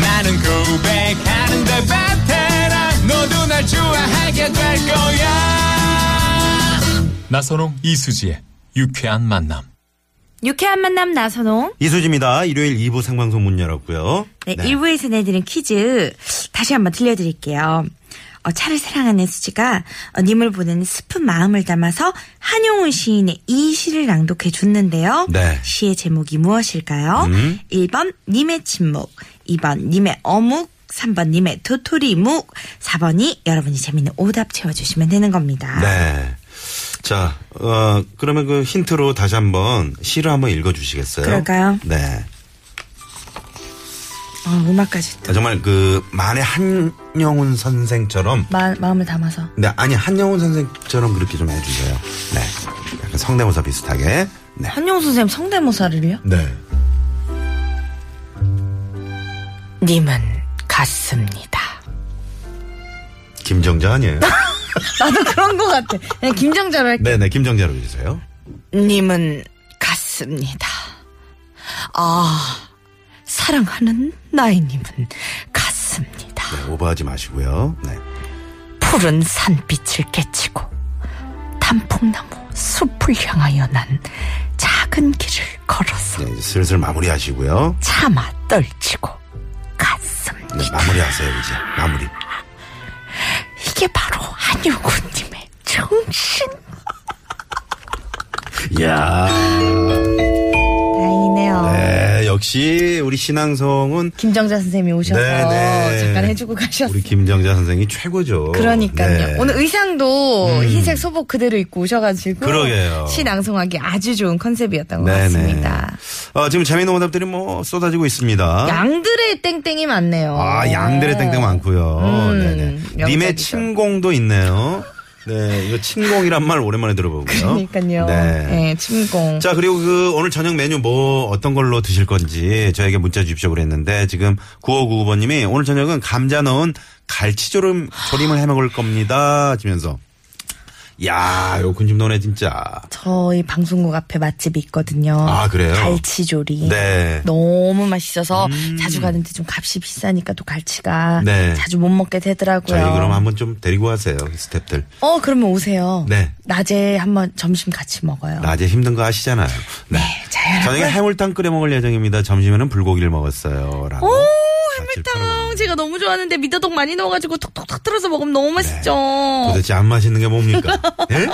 나는 고백하는데 베테랑 너도 날 좋아하게 될 거야. 나선홍 이수지의 유쾌한 만남. 유쾌한 만남 나선홍. 이수지입니다. 일요일 2부 생방송 문 열었고요. 네, 1부에서 내드린 퀴즈 다시 한번 들려드릴게요. 어, 차를 사랑하는 수지가 어, 님을 보내는 슬픈 마음을 담아서 한용운 시인의 이 시를 낭독해 줬는데요. 네. 시의 제목이 무엇일까요? 1번 님의 침묵, 2번 님의 어묵, 3번 님의 도토리 묵, 4번이 여러분이 재밌는 오답 채워주시면 되는 겁니다. 네. 자, 어, 그러면 그 힌트로 다시 한번 시를 한번 읽어주시겠어요? 그럴까요? 네. 어, 음악까지 또. 자, 정말 그 만의 한영훈 선생처럼. 마, 마음을 담아서. 네, 아니 한영훈 선생처럼 그렇게 좀 해주세요. 네. 약간 성대모사 비슷하게. 네. 한용 선생님 성대모사를요? 네. 님은 갔습니다. 김정자 아니에요? 나도 그런 것 같아. 그냥 김정자로 할게. 네네, 김정자로 해주세요. 님은 갔습니다. 아, 사랑하는 나이님은 갔습니다. 네, 오버하지 마시고요. 네. 푸른 산빛을 깨치고 단풍나무 숲을 향하여 난 작은 길을 걸어서 네, 이제 슬슬 마무리하시고요. 차마 떨치고 갔습니다. 네, 마무리하세요, 이제. 마무리. 이게 바로 한효군님의 정신. 이야. 다행이네요. 네, 역시 우리 신앙성은 김정자 선생님이 오셔서 네네. 잠깐 해주고 가셨어요. 우리 김정자 선생이 최고죠. 그러니까요. 네. 음. 오늘 의상도 흰색 소복 그대로 입고 오셔가지고 그러게요. 시낭송하기 아주 좋은 컨셉이었던 것 네네. 같습니다. 어, 지금 재미있는 오답들이 뭐 쏟아지고 있습니다. 양들의 땡땡이 많네요. 아, 양들의 땡땡 많고요. 음, 네네. 명작이죠. 님의 침공도 있네요. 네, 이거 침공이란 말 오랜만에 들어보고요. 그러니까요. 네. 네, 침공. 자, 그리고 그 오늘 저녁 메뉴 뭐 어떤 걸로 드실 건지 저에게 문자 주십시오 그랬는데 지금 9599번님이 오늘 저녁은 감자 넣은 갈치조림 조림을 해 먹을 겁니다. 하시면서. 야, 요 군침도네 진짜. 저희 방송국 앞에 맛집이 있거든요. 아, 그래요? 갈치조림. 네. 음. 너무 맛있어서 자주 가는데 좀 값이 비싸니까 또 갈치가 네. 자주 못 먹게 되더라고요. 저희 그럼 한번 좀 데리고 가세요 스탭들. 어, 그러면 오세요. 네. 낮에 한번 점심 같이 먹어요. 낮에 힘든 거 아시잖아요. 네. 자연 저녁에 해물탕 끓여 먹을 예정입니다. 점심에는 불고기를 먹었어요. 라고. 오, 사칠팔오님. 해물탕 제가 너무 좋아하는데 미더덕 많이 넣어가지고 톡톡톡 틀어서 먹으면 너무 네. 맛있죠. 도대체 안 맛있는 게 뭡니까? 예?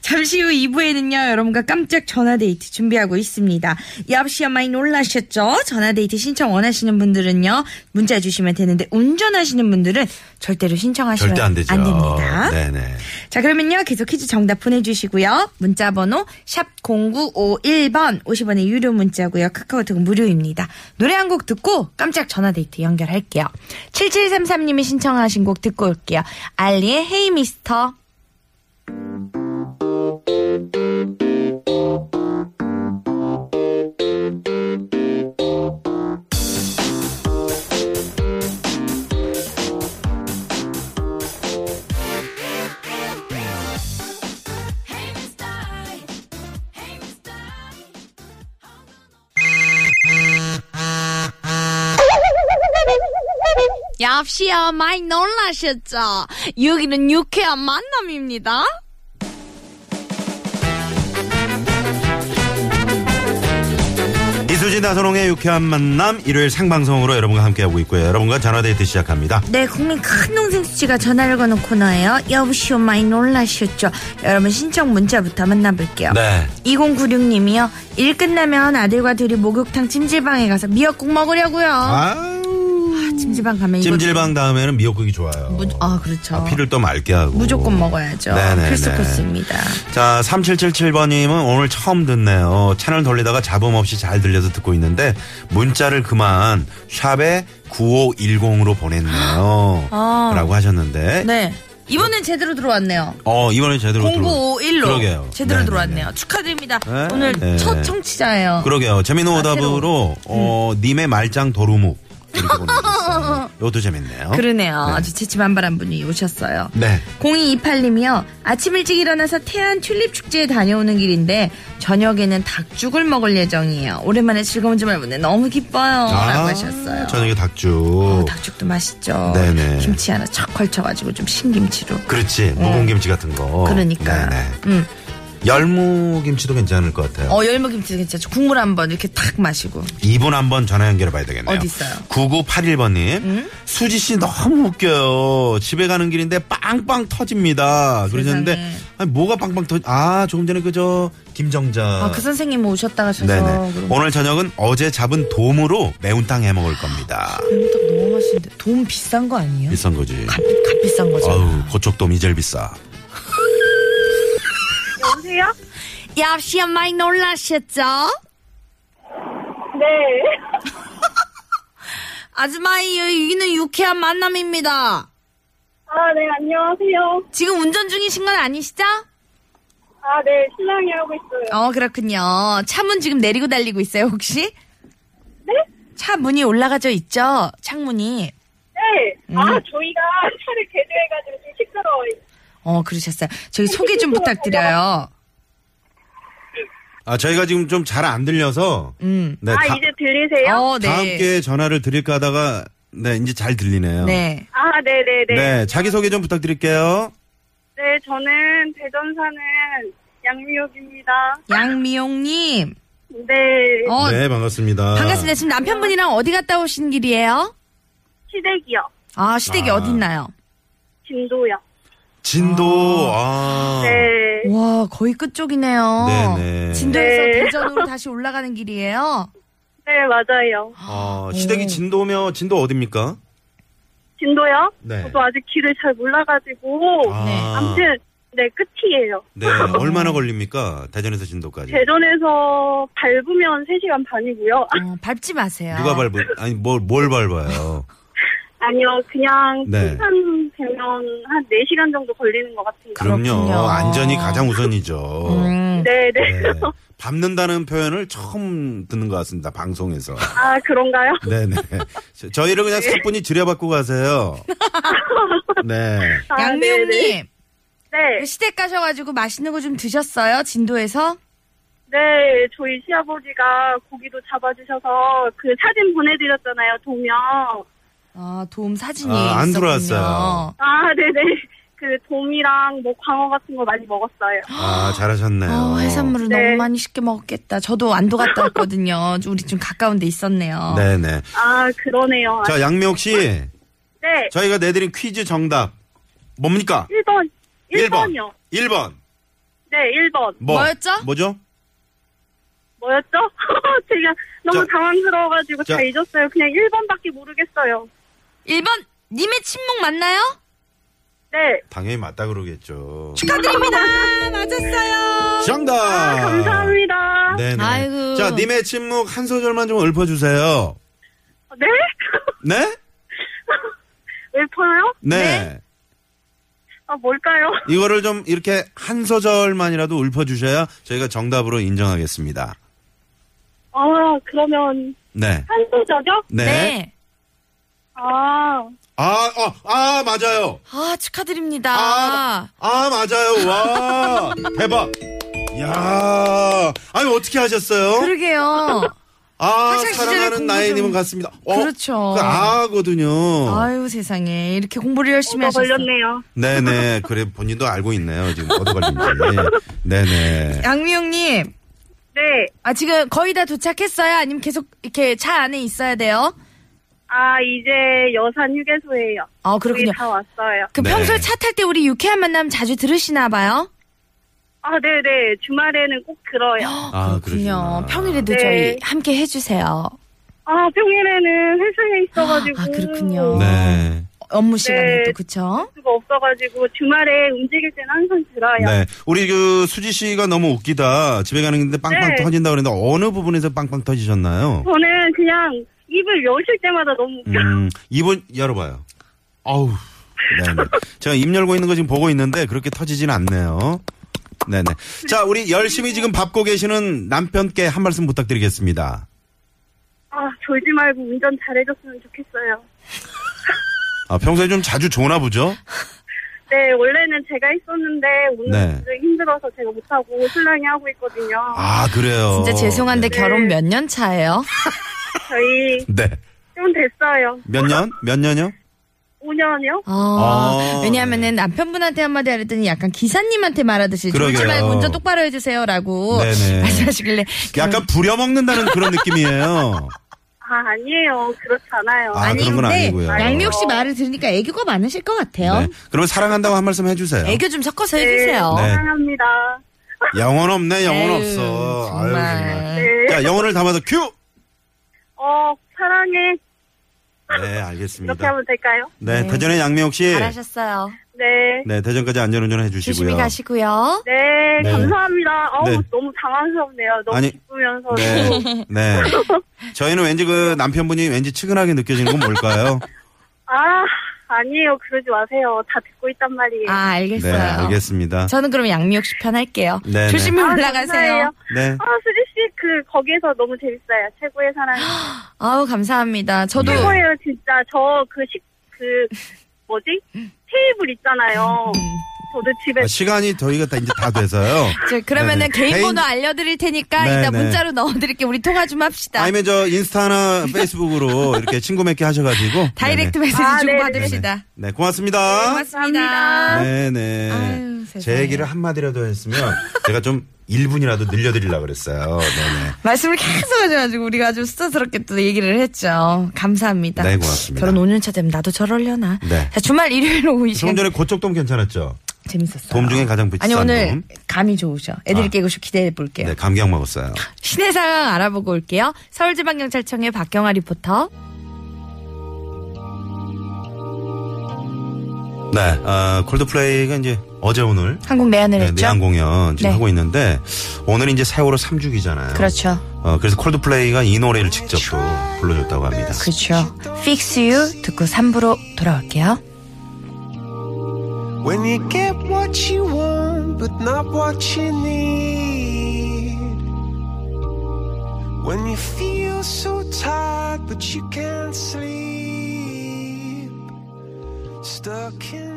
잠시 후 2부에는요, 여러분과 깜짝 전화데이트 준비하고 있습니다. 여보시야 많이 놀라셨죠? 전화데이트 신청 원하시는 분들은요, 문자 주시면 되는데, 운전하시는 분들은 절대로 신청하시면 절대 안 되죠. 어, 됩니다. 네네. 자, 그러면요, 계속 퀴즈 정답 보내주시고요. 문자번호, 샵0951번, 50원의 유료 문자고요. 카카오톡은 무료입니다. 노래 한 곡 듣고 깜짝 전화데이트 연결할게요. 7733님이 신청하신 곡 듣고 올게요. 알리의 헤이 미스터. 얍시야 많이 놀라셨죠? 여기는 유쾌한 만남입니다. 이수진 나선홍의 유쾌한 만남 일요일 생방송으로 여러분과 함께하고 있고요. 여러분과 전화데이트 시작합니다. 네, 국민 큰 동생 수지가 전화를 거는 코너예요. 여보시오 많이 놀라셨죠? 여러분 신청 문자부터 만나볼게요. 네. 2096님이요. 일 끝나면 아들과 둘이 목욕탕 찜질방에 가서 미역국 먹으려고요. 아우. 찜질방 가면 이거- 아, 찜질방 다음에는 미역국이 좋아요. 무- 아, 그렇죠. 아, 피를 또 맑게 하고. 무조건 먹어야죠. 네네네. 필수 코스입니다. 자, 3777번님은 오늘 처음 듣네요. 채널 돌리다가 잡음 없이 잘 들려서 듣고 있는데 문자를 그만 샵에 9510으로 보냈네요. 아. 라고 하셨는데 네. 이번엔 제대로 들어왔네요. 어, 이번에 제대로 들어. 0951로 그러게요. 제대로 네, 네, 들어왔네요. 네. 축하드립니다. 네, 오늘 네. 첫 청취자예요. 그러게요. 재미있는 아, 음. 오답으로 어, 님의 말짱 도루묵 이렇게 보내주셨어요. 이것도 재밌네요. 그러네요 네. 아주 재치만발한 분이 오셨어요. 네. 0228님이요. 아침 일찍 일어나서 태안 튤립 축제에 다녀오는 길인데 저녁에는 닭죽을 먹을 예정이에요. 오랜만에 즐거운 주말 보내 너무 기뻐요. 어, 라고 하셨어요. 아, 저녁에 닭죽. 어, 닭죽도 맛있죠. 네네. 김치 하나 척 걸쳐가지고 좀 신김치로. 그렇지. 무공김치 같은 거. 네. 그러니까요. 어, 네네. 음. 열무김치도 괜찮을 것 같아요. 어, 열무김치 괜찮죠. 국물 한번 이렇게 탁 마시고. 이분 한번 전화 연결해 봐야 되겠네요. 어디 있어요? 9981번님. 수지 씨 너무 웃겨요. 집에 가는 길인데 빵빵 터집니다. 세상에. 그러셨는데 아니, 뭐가 빵빵 터? 아 조금 전에 그저 김정자. 아, 그 선생님 오셨다 가셔서. 네네. 그럼 오늘 저녁은 어제 잡은 돔으로 매운탕 해 먹을 겁니다. 음, 딱 너무 맛있는데. 돈 비싼 거 아니에요? 비싼 거지. 값, 값비싼 거죠. 아우 고척 돔이 제일 비싸. 여보세요? 역시 많이 놀라셨죠? 네. 아줌마의 여기는 유쾌한 만남입니다. 아, 네, 안녕하세요. 지금 운전 중이신 건 아니시죠? 아, 네, 신랑이 하고 있어요. 어, 그렇군요. 차문 지금 내리고 달리고 있어요, 혹시? 네? 차 문이 올라가져 있죠? 창문이. 네. 음. 아, 저희가 차를 개조해가지고 좀 시끄러워요. 어, 그러셨어요. 저희 소개 좀 부탁드려요. 아 저희가 지금 좀 잘 안 들려서. 음. 네. 아, 다, 이제 들리세요? 어, 네. 다음 기회에 전화를 드릴까 하다가 네 이제 잘 들리네요. 네. 아, 네네네. 네. 네, 자기 소개 좀 부탁드릴게요. 저는 대전 사는 양미옥입니다. 양미용님. 네, 어, 네, 반갑습니다. 반갑습니다. 지금 남편분이랑 어디 갔다 오신 길이에요? 시댁이요. 아, 시댁이 아. 어딨나요? 진도요. 어. 진도. 아. 어, 네. 와, 거의 끝쪽이네요. 네네. 진도에서 네. 대전으로 다시 올라가는 길이에요. 네, 맞아요. 어, 시댁이 진도며 진도 어딥니까? 진도요? 네. 저도 아직 길을 잘 몰라가지고. 아. 아무튼, 네, 끝이에요. 네, 얼마나 걸립니까? 대전에서 진도까지. 대전에서 밟으면 3시간 반이고요. 어, 밟지 마세요. 누가 밟은 아니 뭘 뭘 밟아요? 아니요, 그냥 네. 출산 되면 한 4시간 정도 걸리는 것 같은데. 그럼요. 그렇군요. 안전이 가장 우선이죠. 음. 네, 네. 네. 밟는다는 표현을 처음 듣는 것 같습니다. 방송에서. 아, 그런가요? 네네. 저- 저희를 그냥 사뿐히 들여받고 가세요. 네. 아, 네네. 양미용님. 네, 그 시댁 가셔가지고 맛있는 거 좀 드셨어요? 진도에서? 네, 저희 시아버지가 고기도 잡아주셔서 그 사진 보내드렸잖아요, 도면. 아, 도움 사진이. 아, 안 있었군요. 들어왔어요. 아, 네네. 그 돔이랑 뭐 광어 같은 거 많이 먹었어요. 아, 잘하셨네요. 아, 해산물을 네. 너무 많이 쉽게 먹었겠다. 저도 안도 갔다 왔거든요. 우리 좀 가까운 데 있었네요. 네네. 아, 그러네요. 자, 양미옥 씨. 네, 저희가 내드린 퀴즈 정답. 뭡니까? 1번. 1번이요. 1번. 네, 1번. 뭐? 뭐였죠? 뭐죠? 뭐였죠? 제가 너무 자, 당황스러워가지고 자. 다 잊었어요. 그냥 1번밖에 모르겠어요. 1번, 님의 침묵 맞나요? 네. 당연히 맞다 그러겠죠. 축하드립니다. 맞았어요. 정답! 아, 감사합니다. 네? 네네. 아이고. 자, 님의 침묵 한 소절만 좀 읊어주세요. 네? 왜 퍼요? 네. 아, 뭘까요? 이거를 좀 이렇게 한 소절만이라도 읊어주셔야 저희가 정답으로 인정하겠습니다. 아, 그러면 네. 한 소절이요? 네. 아, 아, 어, 아, 맞아요. 아, 축하드립니다. 아, 아, 맞아요. 와. 대박. 야 아니, 어떻게 하셨어요? 그러게요. 아, 학창 시절에 사랑하는 공부 나이님은 좀- 같습니다. 그렇죠. 그 아거든요. 아유, 세상에. 이렇게 공부를 열심히 얻어 하셨어요. 걸렸네요. 네네. 그래, 본인도 알고 있네요. 지금 어디 걸린지. 네네. 양미영님. 네. 아, 지금 거의 다 도착했어요? 아니면 계속 이렇게 차 안에 있어야 돼요? 아, 이제 여산 휴게소예요. 아, 거의 그렇군요. 다 왔어요. 그 네. 평소에 차 탈 때 우리 유쾌한 만남 자주 들으시나 봐요? 아, 네네. 주말에는 꼭 들어요. 아, 그러시구나. 평일에도 네. 저희 함께 해주세요. 아, 평일에는 회사에 있어가지고. 아, 그렇군요. 네. 업무 시간에도, 네. 그쵸? 수가 없어가지고 주말에 움직일 때는 항상 들어요. 네. 우리 그 수지 씨가 너무 웃기다. 집에 가는 길인데 빵빵 네. 터진다 그랬는데 어느 부분에서 빵빵 터지셨나요? 저는 그냥 입을 여실 때마다 너무 웃겨. 음, 이번 열어봐요. 음, 아우. 네네. 제가 입 열고 있는 거 지금 보고 있는데 그렇게 터지진 않네요. 네네. 자, 우리 열심히 지금 밟고 계시는 남편께 한 말씀 부탁드리겠습니다. 아, 졸지 말고 운전 잘해줬으면 좋겠어요. 아, 평소에 좀 자주 좋나 보죠? 네, 원래는 제가 했었는데 네. 오늘 네. 힘들어서 제가 못하고 신랑이 하고 있거든요. 아, 그래요. 진짜 죄송한데 네네. 결혼 몇 년 차예요? 저희 네. 좀 됐어요. 몇 년? 몇 년이요? 5년이요? 아, 아, 왜냐하면은 남편분한테 한마디 하랬더니 약간 기사님한테 말하듯이 그러게요. 졸지 말고 운전 똑바로 해주세요라고 네네. 말씀하시길래 그럼 약간 부려먹는다는 그런 느낌이에요. 아, 아니에요. 그렇지 않아요. 아, 아니, 그런 건 근데 아니고요. 양미옥 씨 말을 들으니까 애교가 많으실 것 같아요. 네. 그러면 사랑한다고 한 말씀 해주세요. 애교 좀 섞어서 해주세요. 네. 사랑합니다. 영혼 없네, 영혼 에휴, 없어. 아유, 정말. 네. 자, 영혼을 담아서 큐! 어, 사랑해. 네, 이렇게 알겠습니다. 하면 될까요? 네, 대전의 양미옥 씨. 잘하셨어요. 네. 네, 대전까지 안전운전 해주시고요. 조심히 가시고요. 네, 네. 감사합니다. 아우, 네. 너무 당황스럽네요. 너무 아니, 기쁘면서. 네, 네. 저희는 왠지 그 남편분이 왠지 측은하게 느껴지는 건 뭘까요? 아, 아니에요. 그러지 마세요. 다 듣고 있단 말이에요. 아 네, 알겠어요. 알겠습니다. 저는 그럼 양미옥 씨 편할게요. 네네. 조심히 아, 올라가세요. 감사해요. 네. 아, 수지씨, 그, 거기에서 너무 재밌어요. 최고의 사랑. 아우 감사합니다. 저도 네. 최고예요, 진짜. 저, 그, 식, 그, 뭐지? 테이블 있잖아요. 음. 저도 집에. 아, 시간이 저희가 다 이제 다 돼서요. 저 그러면은 네네. 개인, 개인- 번호 알려드릴 테니까 네네. 일단 문자로 넣어드릴게 우리 통화 좀 합시다. 아니면 저 인스타나 페이스북으로 이렇게 친구 맺기 하셔가지고. 다이렉트 네네. 메시지 아, 좀 네네. 받읍시다. 네, 고맙습니다. 고맙습니다. 네네. 아유, 세상에. 제 얘기를 한마디라도 했으면 제가 좀 1분이라도 늘려드리려고 그랬어요. 네네. 말씀을 계속 하셔가지고 우리가 아주 수다스럽게 또 얘기를 했죠. 감사합니다. 네, 고맙습니다. 결혼 5년차 되면 나도 저럴려나. 네. 자, 주말 일요일 오후 이 시간 조금 전에 고척돔 괜찮았죠? 재밌었어요. 돔 중에 가장 비싼 아니 오늘 돔. 감이 좋으셔. 애들이 아. 깨고 싶 기대해 볼게요. 네, 감기약 먹었어요. 시내 상황 알아보고 올게요. 서울지방경찰청의 박경아 리포터. 네, 아, 콜드플레이가 이제 어제 오늘 한국 내한을 네, 했죠. 내한 공연 지금 네. 하고 있는데 오늘 이제 세월호 3주기잖아요. 그렇죠. 어, 그래서 콜드플레이가 이 노래를 직접 또 불러줬다고 합니다. 그렇죠. Fix You 듣고 3부로 돌아올게요. When you get what you want, but not what you need. When you feel so tired, but you can't sleep. Stuck in